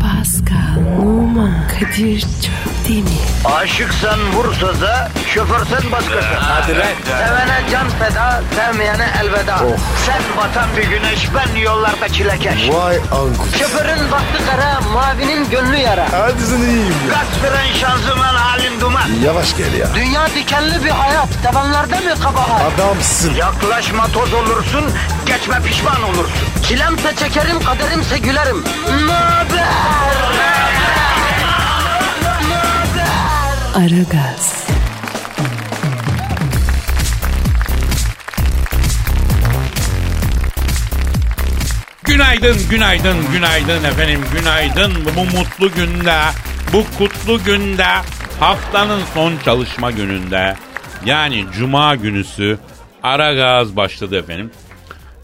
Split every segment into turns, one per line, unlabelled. Pascal, Oman, Kadir çok değil mi?
Aşıksan vursa da şoförsen başkasın. Hadi
lan.
Sevene can feda, sevmeyene elveda. Sen batan bir güneş, ben yollarda çilekeş.
Vay anku.
Şoförün baktı kara, mavinin gönlü yara.
Hadi sen iyiyim ya.
Kasperen şanzıman halin duman.
Yavaş gel ya.
Dünya dikenli bir hayat, sevenlerde mi kabahar?
Adamsın.
Yaklaşma toz olursun, geçme pişman olursun. Çilemse çekerim, kaderimse gülerim. Möber!
Aragaz,
Günaydın, günaydın, günaydın efendim, günaydın. Bu mutlu günde, bu kutlu günde, haftanın son çalışma gününde, yani cuma günüsü ara gaz başladı efendim.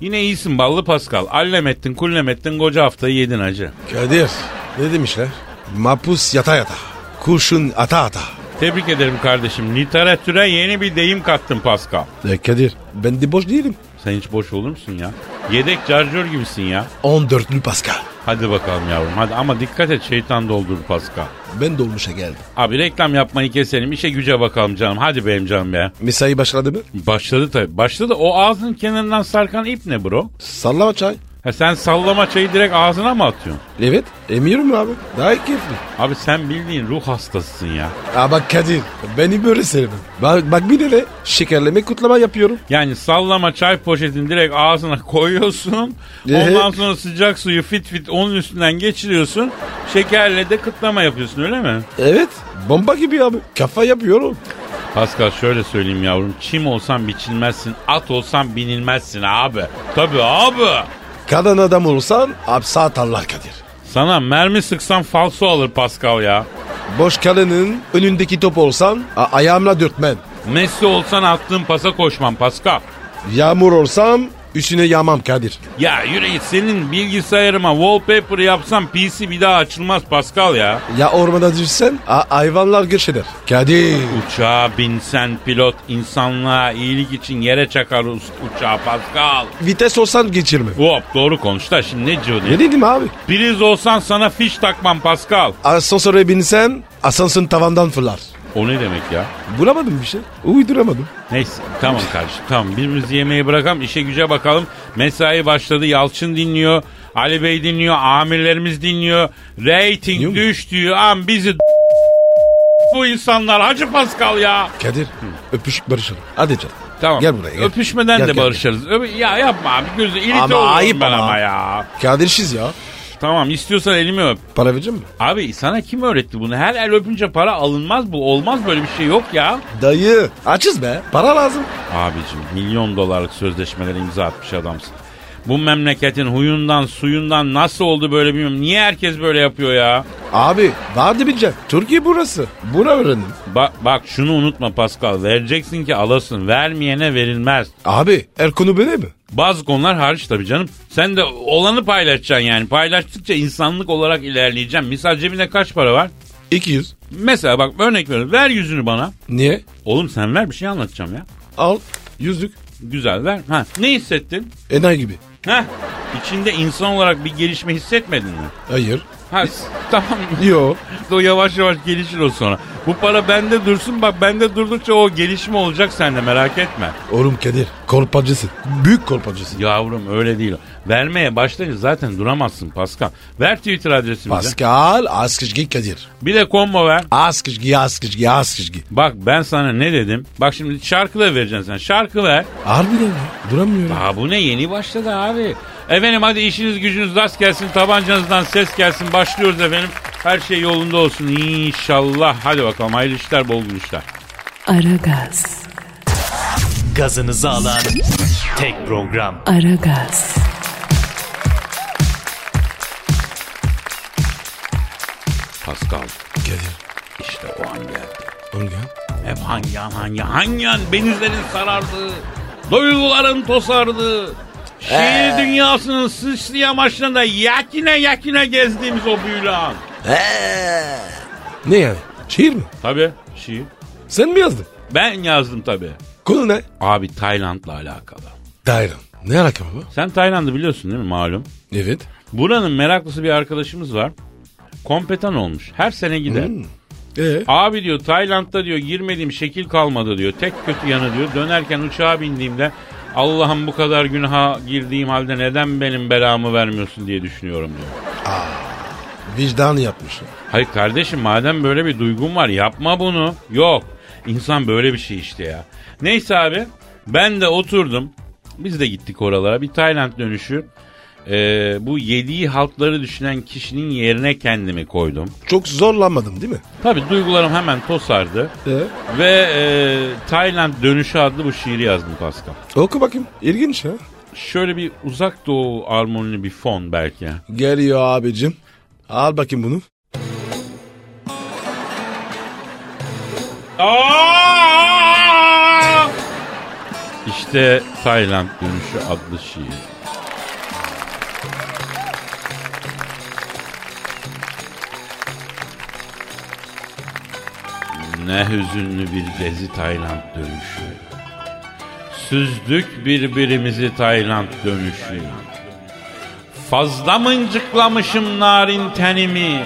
Yine iyisin ballı Pascal. Allem ettin, kullem ettin, koca haftayı yedin hacı.
Kadir. Ne demişler? Mapus yata yata. Kurşun ata ata.
Tebrik ederim kardeşim. Literatüre yeni bir deyim kattın Pascal.
E Kadir ben de boş değilim.
Sen hiç boş olur musun ya? Yedek carcör gibisin ya.
14'lü Pascal.
Hadi bakalım yavrum hadi ama dikkat et şeytan doldur Pascal.
Ben dolmuşa geldim.
Abi reklam yapmayı keselim işe güce bakalım canım. Hadi benim canım ya.
Mesai başladı mı?
Başladı tabii. Başladı. O ağzının kenarından sarkan ip ne bro?
Sallama çay.
Ha sen sallama çayı direkt ağzına mı atıyorsun?
Evet emiyorum abi. Daha keyifli.
Abi sen bildiğin ruh hastasısın ya.
Aa bak Kadir beni böyle sevmem. Bak, bak bir de şekerleme kutlama yapıyorum.
Yani sallama çay poşetini direkt ağzına koyuyorsun.
Ee?
Ondan sonra sıcak suyu fit fit onun üstünden geçiriyorsun. Şekerle de kıtlama yapıyorsun öyle mi?
Evet bomba gibi abi. Kafa yapıyorum.
Pascal şöyle söyleyeyim yavrum. Çim olsan biçilmezsin. At olsan binilmezsin abi. Tabii abi.
Kadın adam olsan hapse atarlar Kadir.
Sana mermi sıksan falso alır Pascal ya.
Boş kalenin önündeki top olsan a- ayağımla dürtmem.
Messi olsan attığın pasa koşmam Pascal.
Yağmur olsam üstüne yağmam Kadir.
Ya yüreği senin bilgisayarıma wallpaper yapsam PC bir daha açılmaz Pascal ya.
Ya ormana düşsen a- hayvanlar göç eder. Kadir.
Uçağa binsen pilot insanlığa iyilik için yere çakar us- uçağı Pascal.
Vites olsan geçirme.
Hop doğru konuş da şimdi ne diyor diye.
Ne dedim abi?
Priz olsan sana fiş takmam Pascal.
Asansöre binsen asansörün tavandan fırlar.
O ne demek ya?
Bulamadım bir şey. Uyduramadım.
Neyse tamam kardeşim tamam birbirimizi yemeği bırakalım işe güce bakalım. Mesai başladı Yalçın dinliyor. Ali Bey dinliyor, amirlerimiz dinliyor.
Dinliyor
Rating
mu?
düştüğü an bizi bu insanlar Hacı Pascal ya.
Kadir öpüşüp barışalım. Hadi canım.
Tamam.
Gel buraya gel.
Öpüşmeden
Gel,
de
gel.
barışırız. Öp- ya yapma abi gözü irite
Ama
oluyorum
ayıp
ben
ama.
ama ya.
Kadir'siz ya.
Tamam istiyorsan elimi öp.
Para verecek mi?
Abi sana kim öğretti bunu? Her el öpünce para alınmaz bu. Olmaz böyle bir şey yok ya.
Dayı açız be. Para lazım.
Abicim milyon dolarlık sözleşmeler imza atmış adamsın. Bu memleketin huyundan suyundan nasıl oldu böyle bilmiyorum. Niye herkes böyle yapıyor ya?
Abi vardı bineceğim. Türkiye burası. Buna öğrendim.
Bak bak şunu unutma Pascal. Vereceksin ki alasın. Vermeyene verilmez.
Abi Erkun'u böyle mi?
Bazı konular hariç tabii canım. Sen de olanı paylaşacaksın yani. Paylaştıkça insanlık olarak ilerleyeceğim. Misal cebinde kaç para var?
200.
Mesela bak örnek veriyorum. Ver yüzünü bana.
Niye?
Oğlum sen ver bir şey anlatacağım ya.
Al. Yüzlük.
Güzel ver. Ha, ne hissettin?
Enayi gibi.
Heh, içinde insan olarak bir gelişme hissetmedin mi?
Hayır.
Ha, s- tamam.
Yo.
o yavaş yavaş gelişir o sonra. Bu para bende dursun bak bende durdukça o gelişme olacak sende merak etme.
Oğlum Kadir. Kolpacısın. Büyük kolpacısın.
Yavrum öyle değil. Vermeye başlayınca zaten duramazsın Pascal. Ver Twitter adresimizi.
Pascal Askışgi Kadir.
bir de combo ver.
Askışgi Askışgi Askışgi.
Bak ben sana ne dedim? Bak şimdi şarkı da vereceksin sen. Şarkı ver.
Harbiden mi? Duramıyorum.
Aa bu ne yeni başladı abi. Efendim hadi işiniz gücünüz rast gelsin. Tabancanızdan ses gelsin. Başlıyoruz efendim. Her şey yolunda olsun inşallah. Hadi bakalım hayırlı işler bol gün işler.
Aragaz,
gazınızı alan tek program.
Aragaz,
Pascal
Kadir.
işte o an geldi.
Olga.
Hep hangi an hangi an, hangi an benizlerin sarardığı, duyguların tosardığı, şiir dünyasının sıçrıya amaçlarında yakine yakine gezdiğimiz o büyülü an.
Ne yani? Şiir mi?
Tabii şiir.
Sen mi yazdın?
Ben yazdım tabii.
Konu ne?
Abi Tayland'la alakalı.
Dairon. Ne alaka bu?
Sen Tayland'ı biliyorsun değil mi malum?
Evet.
Buranın meraklısı bir arkadaşımız var. Kompetan olmuş. Her sene gider.
Ee?
Abi diyor Tayland'da diyor girmediğim şekil kalmadı diyor. Tek kötü yanı diyor. Dönerken uçağa bindiğimde Allah'ım bu kadar günaha girdiğim halde neden benim belamı vermiyorsun diye düşünüyorum diyor.
Vicdan yapmış.
Hayır kardeşim madem böyle bir duygun var yapma bunu. Yok. İnsan böyle bir şey işte ya. Neyse abi ben de oturdum. Biz de gittik oralara. Bir Tayland dönüşü. Ee, bu yediği haltları düşünen kişinin yerine kendimi koydum.
Çok zorlanmadım değil mi?
Tabii duygularım hemen tosardı.
Ee?
Ve e, Tayland Dönüşü adlı bu şiiri yazdım Pascal.
Oku bakayım. İlginç ha.
Şöyle bir uzak doğu armonili bir fon belki.
Geliyor abicim. Al bakayım bunu.
Aa! İşte Tayland Dönüşü adlı şiir. Ne hüzünlü bir gezi Tayland dönüşü. Süzdük birbirimizi Tayland dönüşü. Fazla mıncıklamışım narin tenimi.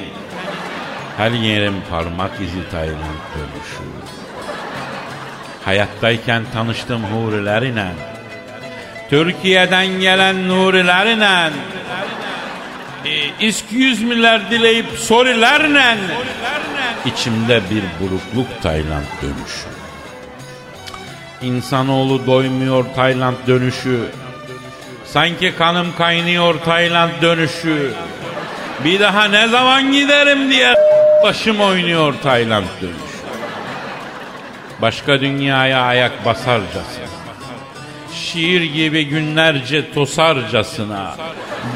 Her yerim parmak izi Tayland dönüşü. Hayattayken tanıştım huriler ile. Türkiye'den gelen nuriler ile. E, excuse me'ler dileyip sorularla. İçimde bir burukluk Tayland dönüşü. İnsanoğlu doymuyor Tayland dönüşü. Sanki kanım kaynıyor Tayland dönüşü. Bir daha ne zaman giderim diye başım oynuyor Tayland dönüşü. Başka dünyaya ayak basarcasına. Şiir gibi günlerce tosarcasına.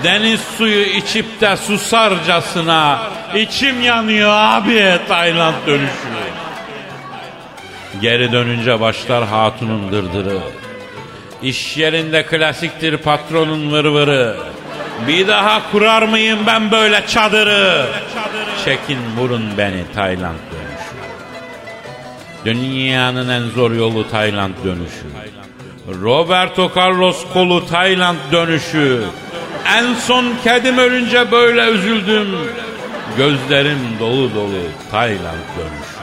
Deniz suyu içip de susarcasına. İçim yanıyor abi Tayland dönüşü. Geri dönünce başlar hatunun dırdırı. İş yerinde klasiktir patronun vırvırı. Bir daha kurar mıyım ben böyle çadırı? Çekin vurun beni Tayland dönüşü. Dünyanın en zor yolu Tayland dönüşü. Roberto Carlos kolu Tayland dönüşü. En son kedim ölünce böyle üzüldüm. Gözlerim dolu dolu Tayland dönüşü.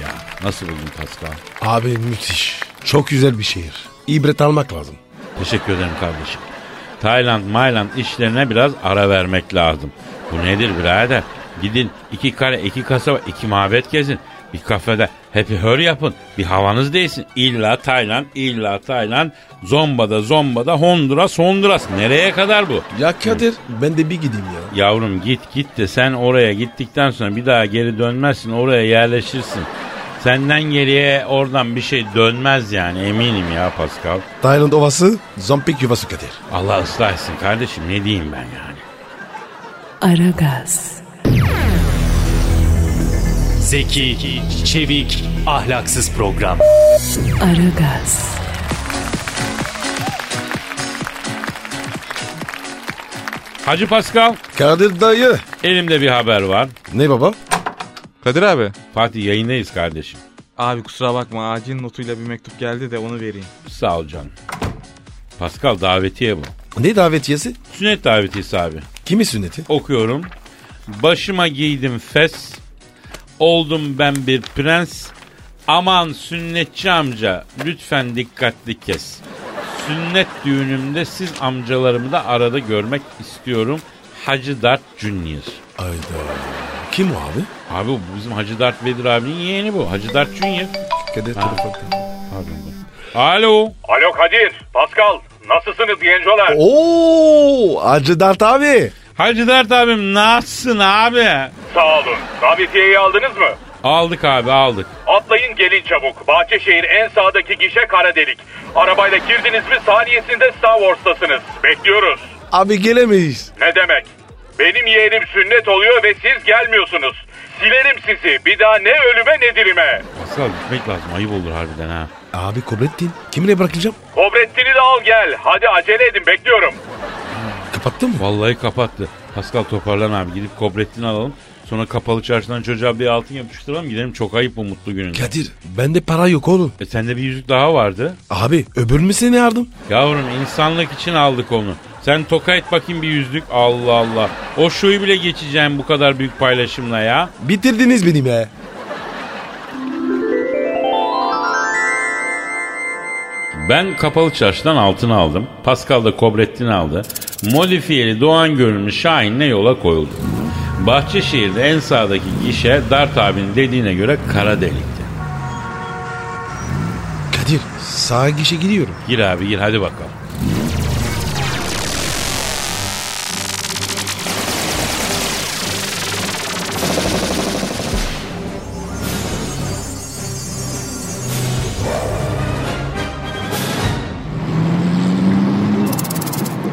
Ya nasıl buldun Pascal?
Abi müthiş. Çok güzel bir şehir. İbret almak lazım.
Teşekkür ederim kardeşim. Tayland, Mayland işlerine biraz ara vermek lazım. Bu nedir birader? Gidin iki kare, iki kasaba, iki mabet gezin. Bir kafede happy hör yapın. Bir havanız değilsin. İlla Tayland, illa Tayland. Zombada, zombada, Honduras, Honduras. Nereye kadar bu?
Ya Kadir ben de bir gideyim ya.
Yavrum git git de sen oraya gittikten sonra bir daha geri dönmezsin oraya yerleşirsin. Senden geriye oradan bir şey dönmez yani eminim ya Pascal.
Tayland Ovası, Zampik Yuvası Kadir.
Allah ıslah etsin kardeşim ne diyeyim ben yani.
Aragaz,
Zeki, çevik, ahlaksız program.
Aragaz,
Hacı Pascal
Kadir dayı.
elimde bir haber var.
Ne baba?
Kadir abi.
Fatih yayındayız kardeşim.
Abi kusura bakma acil notuyla bir mektup geldi de onu vereyim.
Sağ ol canım. Pascal davetiye bu.
Ne davetiyesi?
Sünnet davetiyesi abi.
Kimi sünneti?
Okuyorum. Başıma giydim fes. Oldum ben bir prens. Aman sünnetçi amca lütfen dikkatli kes. Sünnet düğünümde siz amcalarımı da arada görmek istiyorum. Hacı Dert Junior.
Ayda. Kim o abi?
Abi bu bizim Hacı Dert Vedir abinin yeğeni bu. Hacı Dert Junior.
Kadir telefon.
Alo.
Alo Kadir, Pascal. Nasılsınız gencolar?
Oo, Acı Dert abi.
Hacı Dert abim nasılsın abi?
Sağ olun. Davetiyeyi aldınız mı?
Aldık abi aldık.
Atlayın gelin çabuk. Bahçeşehir en sağdaki gişe kara delik. Arabayla girdiniz mi saniyesinde Star Wars'tasınız. Bekliyoruz.
Abi gelemeyiz.
Ne demek? Benim yeğenim sünnet oluyor ve siz gelmiyorsunuz. Silerim sizi. Bir daha ne ölüme ne dirime.
Pascal gitmek lazım ayıp olur harbiden ha.
Abi Kobrettin. Kimine bırakacağım?
Kobrettin'i de al gel. Hadi acele edin bekliyorum.
Kapattın mı?
Vallahi kapattı. Pascal toparlan abi gidip Kobrettin'i alalım. Sonra kapalı çarşıdan çocuğa bir altın yapıştıralım gidelim. Çok ayıp bu mutlu gününde.
Kadir bende para yok oğlum.
E sende bir yüzük daha vardı.
Abi öbür müsün yardım?
Yavrum insanlık için aldık onu. Sen toka et bakayım bir yüzlük. Allah Allah. O şuyu bile geçeceğim bu kadar büyük paylaşımla ya.
Bitirdiniz beni be.
Ben kapalı çarşıdan altın aldım. Pascal da Kobrettin aldı. Modifiyeli Doğan görünümlü Şahin'le yola koyuldu. Bahçeşehir'de en sağdaki gişe Dart abinin dediğine göre kara delikti.
Kadir sağa gişe gidiyorum.
Gir abi gir hadi bakalım.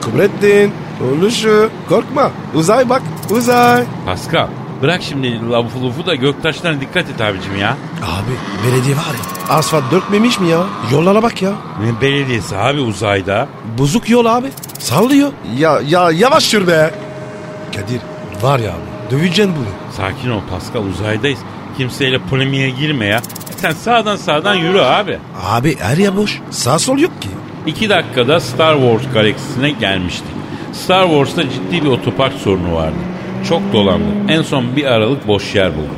Kubrettin. Oluşu. Korkma. Uzay bak. Uzay.
Pascal bırak şimdi lafı lufu da göktaşlarına dikkat et abicim ya.
Abi belediye var ya. Asfalt dökmemiş mi ya? Yollara bak ya.
Ne belediyesi abi uzayda?
Bozuk yol abi. Sallıyor. Ya ya yavaş sür be. Kadir var ya abi. Döveceksin bunu.
Sakin ol Pascal uzaydayız. Kimseyle polemiğe girme ya. Sen sağdan sağdan yürü abi.
Abi her ya boş. Sağ sol yok ki.
İki dakikada Star Wars galaksisine gelmiştik. Star Wars'ta ciddi bir otopark sorunu vardı. Çok dolandık. En son bir aralık boş yer bulduk.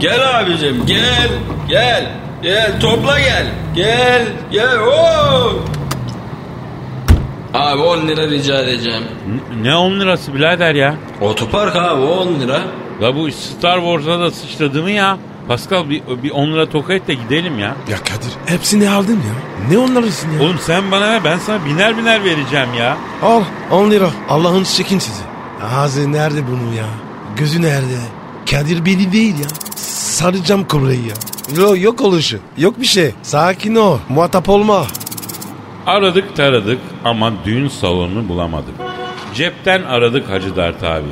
Gel abicim gel gel gel topla gel gel gel oo. Abi 10 lira rica edeceğim.
N- ne 10 lirası birader ya?
Otopark abi 10 lira.
La bu Star Wars'a da sıçradı mı ya? Pascal bir, bir 10 lira tokat da gidelim ya.
Ya Kadir hepsini aldın ya. Ne onlarısın ya?
Oğlum sen bana ver ben sana biner biner vereceğim ya.
Al 10 lira. Allah'ın çekin sizi. Ağzı nerede bunun ya? Gözü nerede? Kadir beni değil ya. Saracağım kumrayı ya. Yo, yok oluşu. Yok bir şey. Sakin ol. Muhatap olma.
Aradık taradık ama düğün salonunu bulamadık. Cepten aradık Hacı Dert abi.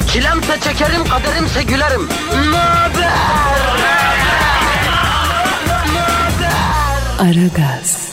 Çilemse çekerim, kaderimse gülerim. Möber!
Aragaz.